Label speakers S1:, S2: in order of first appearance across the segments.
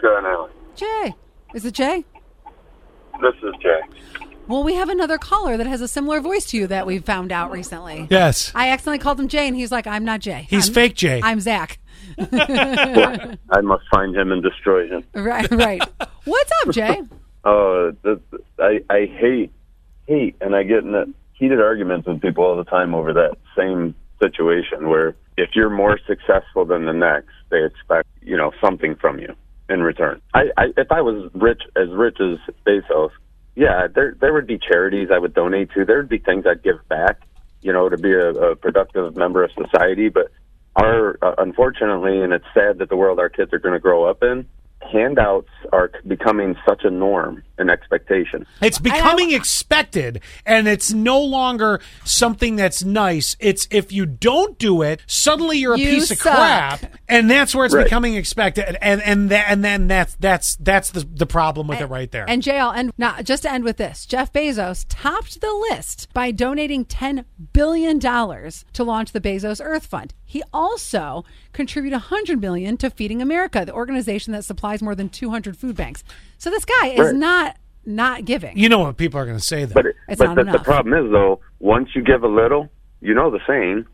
S1: going on?
S2: Jay. Is it Jay?
S1: This is Jay.
S2: Well, we have another caller that has a similar voice to you that we found out recently.
S3: Yes.
S2: I accidentally called him Jay, and he's like, I'm not Jay.
S3: He's
S2: I'm-
S3: fake Jay.
S2: I'm Zach.
S1: I must find him and destroy him.
S2: Right, right. What's up, Jay?
S1: Oh, the, I I hate hate, and I get in a- heated arguments with people all the time over that same situation where if you're more successful than the next, they expect you know something from you in return. I, I if I was rich as rich as Bezos, yeah, there there would be charities I would donate to. There would be things I'd give back, you know, to be a, a productive member of society. But our uh, unfortunately, and it's sad that the world our kids are going to grow up in. Handouts are becoming such a norm and expectation.
S3: It's becoming expected, and it's no longer something that's nice. It's if you don't do it, suddenly you're a
S2: You
S3: piece of
S2: suck.
S3: crap, and that's where it's
S1: Right.
S3: becoming expected, and and that and then that's that's that's the the problem with it right there.
S2: And Jay, I'll end now, just to end with this. Jeff Bezos topped the list by donating $10 billion to launch the Bezos Earth Fund. He also contributed $100 million to Feeding America, the organization that supplies more than 200 food banks. So this guy is
S1: Right.
S2: not not giving.
S3: you know what people are going to say though.
S1: But it,
S2: It's
S1: but
S2: not
S1: the, the
S2: enough.
S1: problem is though, once you give a little, you know the saying.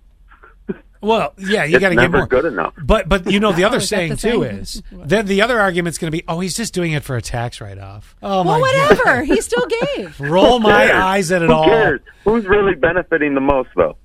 S3: Well, yeah, you
S1: It's
S3: got to get
S1: never
S3: more.
S1: good enough.
S3: But but you know the other
S2: is that
S3: saying
S2: the
S3: too
S2: saying?
S3: is then the other argument's going to be oh he's just doing it for a tax write off. Oh my
S2: well,
S3: god.
S2: whatever. he still gave.
S3: Roll my
S1: cares?
S3: eyes at it
S1: Who
S3: all.
S1: cares? Who's really benefiting the most though?